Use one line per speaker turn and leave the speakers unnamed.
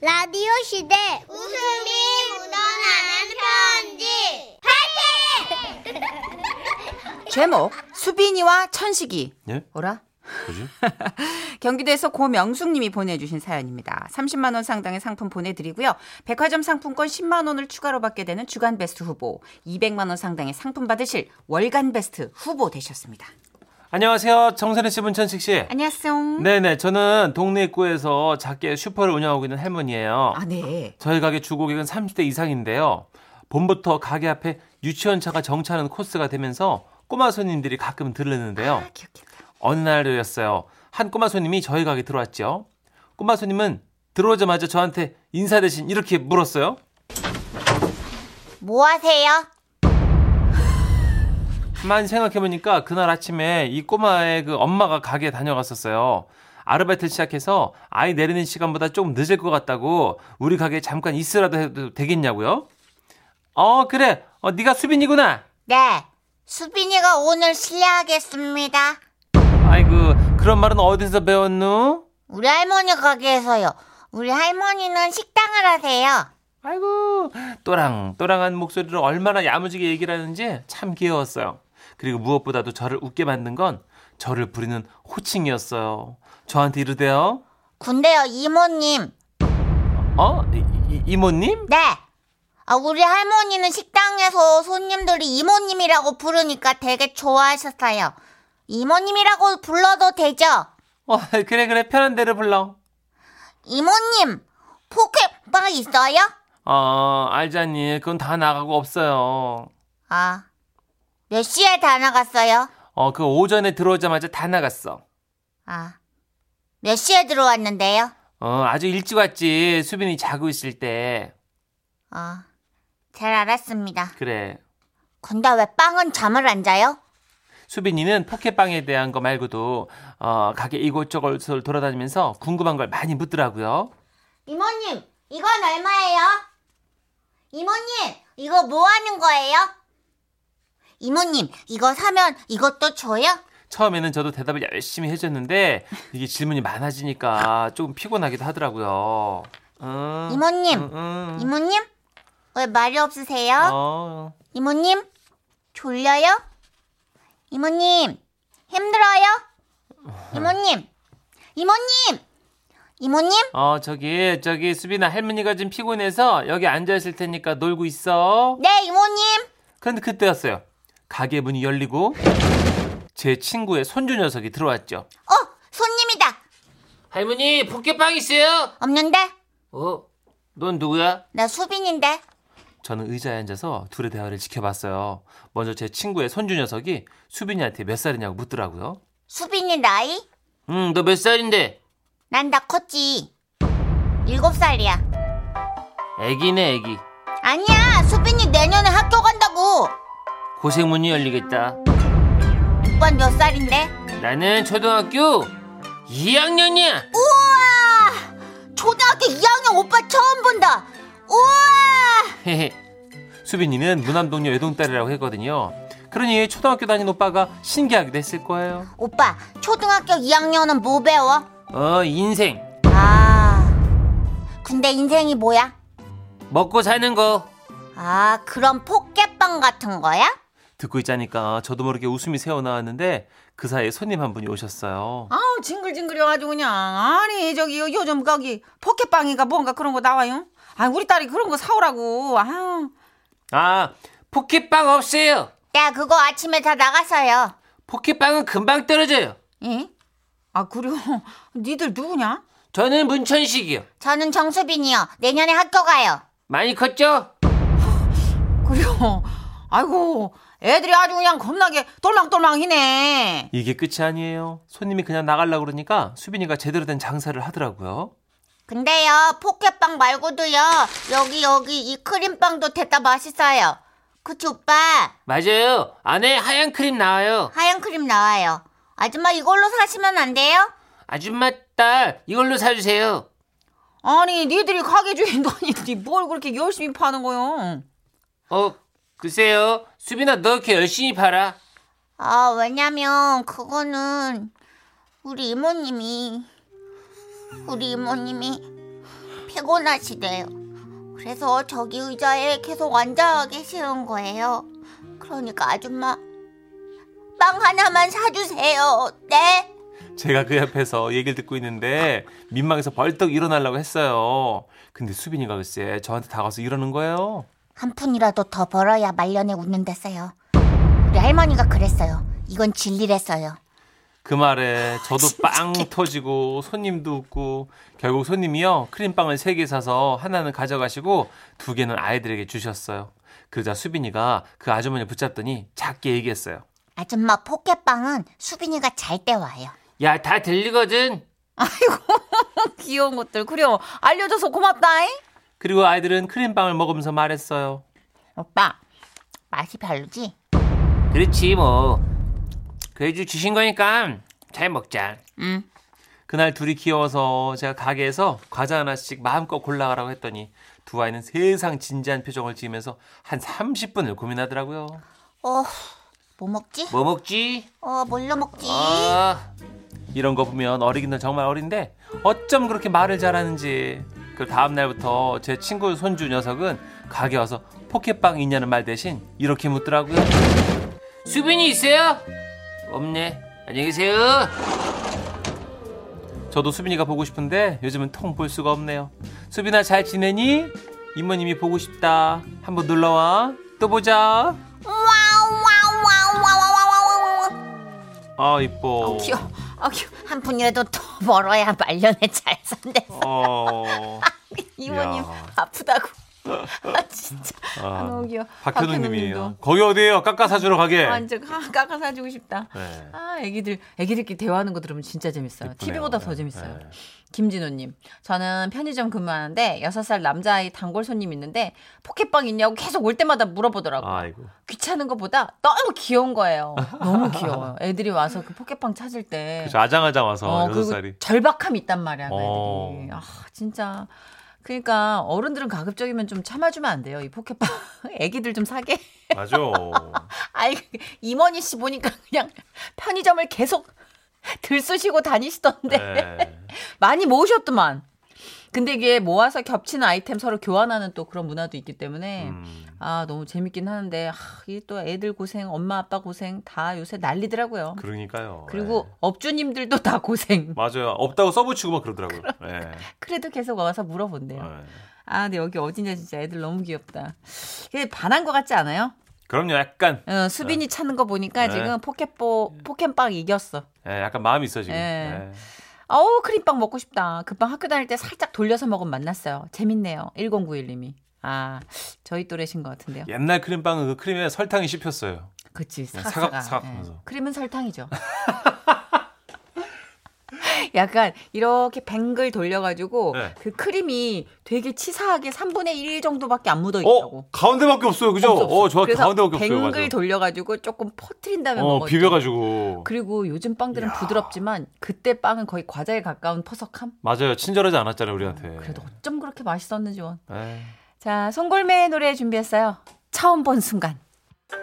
라디오 시대 웃음이 묻어나는 편지
제목 수빈이와 천식이
예?
어라?
뭐지?
경기도에서 고명숙님이 보내주신 사연입니다. 30만 원 상당의 상품 보내드리고요. 백화점 상품권 10만 원을 추가로 받게 되는 주간 베스트 후보, 200만 원 상당의 상품 받으실 월간 베스트 후보 되셨습니다.
안녕하세요. 정선혜 씨, 문천식 씨.
안녕하세요.
네네. 저는 동네 입구에서 작게 슈퍼를 운영하고 있는 할머니예요.
아 네.
저희 가게 주고객은 30대 이상인데요. 봄부터 가게 앞에 유치원차가 정차하는 코스가 되면서 꼬마 손님들이 가끔 들르는데요.
아, 귀엽겠다.
어느 날이었어요. 한 꼬마 손님이 저희 가게 들어왔죠. 꼬마 손님은 들어오자마자 저한테 인사 대신 이렇게 물었어요.
뭐 하세요?
가만히 생각해보니까 그날 아침에 이 꼬마의 그 엄마가 가게에 다녀갔었어요. 아르바이트를 시작해서 아이 내리는 시간보다 조금 늦을 것 같다고 우리 가게에 잠깐 있으라도 해도 되겠냐고요? 어 그래 어 네가 수빈이구나
네 수빈이가 오늘 실례하겠습니다
아이고 그런 말은 어디서 배웠누?
우리 할머니 가게에서요 우리 할머니는 식당을 하세요
아이고 또랑 또랑한 목소리로 얼마나 야무지게 얘기를 하는지 참 귀여웠어요. 그리고 무엇보다도 저를 웃게 만든 건 저를 부리는 호칭이었어요. 저한테 이르대요.
근데요 이모님
어 이- 이- 이모님?
네 아, 우리 할머니는 식당에서 손님들이 이모님이라고 부르니까 되게 좋아하셨어요 이모님이라고 불러도 되죠?
어 그래 그래 편한 대로 불러.
이모님 포켓빵 있어요?
어 알자니 그건 다 나가고 없어요.
아, 몇 시에 다 나갔어요?
어 그 오전에 들어오자마자 다 나갔어.
아, 몇 시에 들어왔는데요?
어 아주 일찍 왔지 수빈이 자고 있을 때
아, 잘 알았습니다.
그래.
근데 왜 빵은 잠을 안 자요?
수빈이는 포켓빵에 대한 거 말고도 어, 가게 이곳저곳을 돌아다니면서 궁금한 걸 많이 묻더라고요.
이모님, 이건 얼마예요? 이모님, 이거 뭐 하는 거예요? 이모님, 이거 사면 이것도 줘요?
처음에는 저도 대답을 열심히 해줬는데 이게 질문이 많아지니까 조금 피곤하기도 하더라고요. 음,
이모님,
음, 음.
이모님, 왜 말이 없으세요?
어,
이모님, 졸려요? 이모님, 힘들어요? 이모님, 이모님, 이모님,
어, 저기 저기 수빈아 할머니가 좀 피곤해서 여기 앉아 있을 테니까 놀고 있어.
네, 이모님.
그런데 그때였어요. 가게 문이 열리고 제 친구의 손주 녀석이 들어왔죠.
어, 손님이다.
할머니 포켓빵 있어요?
없는데?
어? 넌 누구야?
나 수빈인데.
저는 의자에 앉아서 둘의 대화를 지켜봤어요. 먼저 제 친구의 손주 녀석이 수빈이한테 몇 살이냐고 묻더라고요.
수빈이 나이?
응, 너 몇 살인데?
난 다 컸지. 일곱 살이야.
애기네, 애기.
아니야, 수빈이 내년에 학교 간다고.
고생문이 열리겠다.
오빠 몇 살인데?
나는 초등학교 2학년이야.
우와! 초등학교 2학년 오빠 처음 본다. 우와!
헤헤. 수빈이는 무남동녀 외동딸이라고 했거든요. 그러니 초등학교 다닌 오빠가 신기하기도 했을 거예요.
오빠, 초등학교 2학년은 뭐 배워?
어, 인생.
아, 근데 인생이 뭐야?
먹고 사는 거.
아, 그럼 포켓빵 같은 거야?
듣고 있자니까 저도 모르게 웃음이 새어나왔는데 그 사이에 손님 한 분이 오셨어요.
아우 징글징글해가지고 그냥 아니 저기 요- 요즘 거기 포켓빵이가 뭔가 그런 거 나와요? 아 우리 딸이 그런 거 사오라고. 아우
아, 포켓빵 없어요.
나 그거 아침에 다 나갔어요.
포켓빵은 금방 떨어져요.
예? 아 그리고 니들 누구냐?
저는 문천식이요.
저는 정수빈이요. 내년에 학교 가요.
많이 컸죠?
그래요. 아이고, 애들이 아주 그냥 겁나게 똘망똘망이네.
이게 끝이 아니에요. 손님이 그냥 나가려고 그러니까 수빈이가 제대로 된 장사를 하더라고요.
근데요, 포켓빵 말고도요, 여기, 여기 이 크림빵도 대다 맛있어요. 그치, 오빠?
맞아요. 안에 하얀 크림 나와요.
하얀 크림 나와요. 아줌마 이걸로 사시면 안 돼요?
아줌마 딸 이걸로 사주세요.
아니, 니들이 가게 주인도 아닌데 뭘 그렇게 열심히 파는 거요?
어, 글쎄요. 수빈아 너 이렇게 열심히 팔아.
아, 왜냐면 그거는 우리 이모님이 우리 이모님이 피곤하시대요. 그래서 저기 의자에 계속 앉아 계시는 거예요. 그러니까 아줌마, 빵 하나만 사주세요. 네?
제가 그 옆에서 얘기를 듣고 있는데 민망해서 벌떡 일어나려고 했어요. 근데 수빈이가 글쎄 저한테 다가서 이러는 거예요.
한 푼이라도 더 벌어야 말년에 웃는댔어요. 우리 할머니가 그랬어요. 이건 진리랬어요.
그 말에 저도 빵 터지고 손님도 웃고 결국 손님이요 크림빵을 세 개 사서 하나는 가져가시고 두 개는 아이들에게 주셨어요. 그러자 수빈이가 그 아주머니 붙잡더니 작게 얘기했어요.
아줌마 포켓빵은 수빈이가 잘 때 와요.
야 다 들리거든.
귀여운 것들 그려 알려줘서 고맙다잉.
그리고 아이들은 크림빵을 먹으면서 말했어요.
오빠, 맛이 별로지?
그렇지 뭐. 그래도 주신 거니까 잘 먹자.
음.
그날 둘이 귀여워서 제가 가게에서 과자 하나씩 마음껏 골라가라고 했더니 두 아이는 세상 진지한 표정을 지으면서 한 30분을 고민하더라고요.
어, 뭐 먹지?
뭐 먹지?
어, 뭘로 먹지?
아. 이런 거 보면 어리긴 건 정말 어린데 어쩜 그렇게 말을 잘하는지. 그 다음 날부터 제 친구 손주 녀석은 가게 와서 포켓빵 있냐는 말 대신 이렇게 묻더라고요. 수빈이 있어요? 없네. 안녕히 계세요. 저도 수빈이가 보고 싶은데 요즘은 통 볼 수가 없네요. 수빈아 잘 지내니? 이모님이 보고 싶다. 한번 놀러 와. 또 보자.
와우와우와우와우와우와우와우
아 이뻐.
귀여워. 아 귀여워.
한 푼이라도 더 벌어야 말년에 잘 산대.
어.
이모님
야.
아프다고. 아 진짜
아,
너무 귀여워.
박현우님이에요. 네.
박현우님도.
거기 어디에요? 깎아 사주러 가게.
완전 아, 깎아 사주고 싶다.
네.
아, 애기들, 애기들끼리 대화하는 거 들으면 진짜 재밌어요.
기쁘네요.
TV보다 더
네.
재밌어요.
네.
김진호님, 저는 편의점 근무하는데 6살 남자아이 단골 손님 있는데 포켓빵 있냐고 계속 올 때마다 물어보더라고요.
아이고.
귀찮은 것보다 너무 귀여운 거예요. 너무 귀여워요. 애들이 와서 그 포켓빵 찾을 때.
그죠 아장아장 와서
어,
여섯
그리고
살이.
절박함이 있단 말이야, 그
어.
애들이. 아, 진짜. 그러니까 어른들은 가급적이면 좀 참아주면 안 돼요. 이 포켓빵. 애기들 좀 사게.
맞아.
아이 임원희 씨 보니까 그냥 편의점을 계속 들쑤시고 다니시던데
네.
많이 모으셨더만. 근데 이게 모아서 겹치는 아이템 서로 교환하는 또 그런 문화도 있기 때문에
음.
아 너무 재밌긴 하는데 아, 이또 애들 고생, 엄마 아빠 고생 다 요새 난리더라고요.
그러니까요.
그리고
네.
업주님들도 다 고생.
맞아요. 없다고 써붙이고 막 그러더라고요. 네.
그래도 계속 와서 물어본대요.
네.
아, 근데 여기 어디냐 진짜 애들 너무 귀엽다. 이게 반한 것 같지 않아요?
그럼요. 약간
어, 수빈이 찾는 거 보니까
네.
지금 포켓보 포켓빵 이겼어.
예, 약간 마음이 있어 지금.
네.
네.
어우 크림빵 먹고 싶다. 그빵 학교 다닐 때 살짝 돌려서 먹으면 만났어요. 재밌네요. 1091님이. 아 저희 또래신 것 같은데요.
옛날 크림빵은 그 크림에 설탕이 씹혔어요.
그치
네,
사각사각.
사각, 사각하면서.
예. 크림은 설탕이죠. 약간 이렇게 뱅글 돌려가지고
네.
그 크림이 되게 치사하게 3분의 1 정도밖에 안 묻어 있다고.
어, 가운데밖에 없어요. 그죠?
없어, 없어.
어, 저
그래서
가운데밖에 없어요.
뱅글
맞아.
돌려가지고 조금 퍼트린 다음에
어,
먹어.
비벼 가지고.
그리고 요즘 빵들은
이야.
부드럽지만 그때 빵은 거의 과자에 가까운 퍼석함.
맞아요. 친절하지 않았잖아요, 우리한테.
그래도 어쩜 그렇게 맛있었는지 원.
네.
자, 송골매의 노래 준비했어요. 처음 본 순간.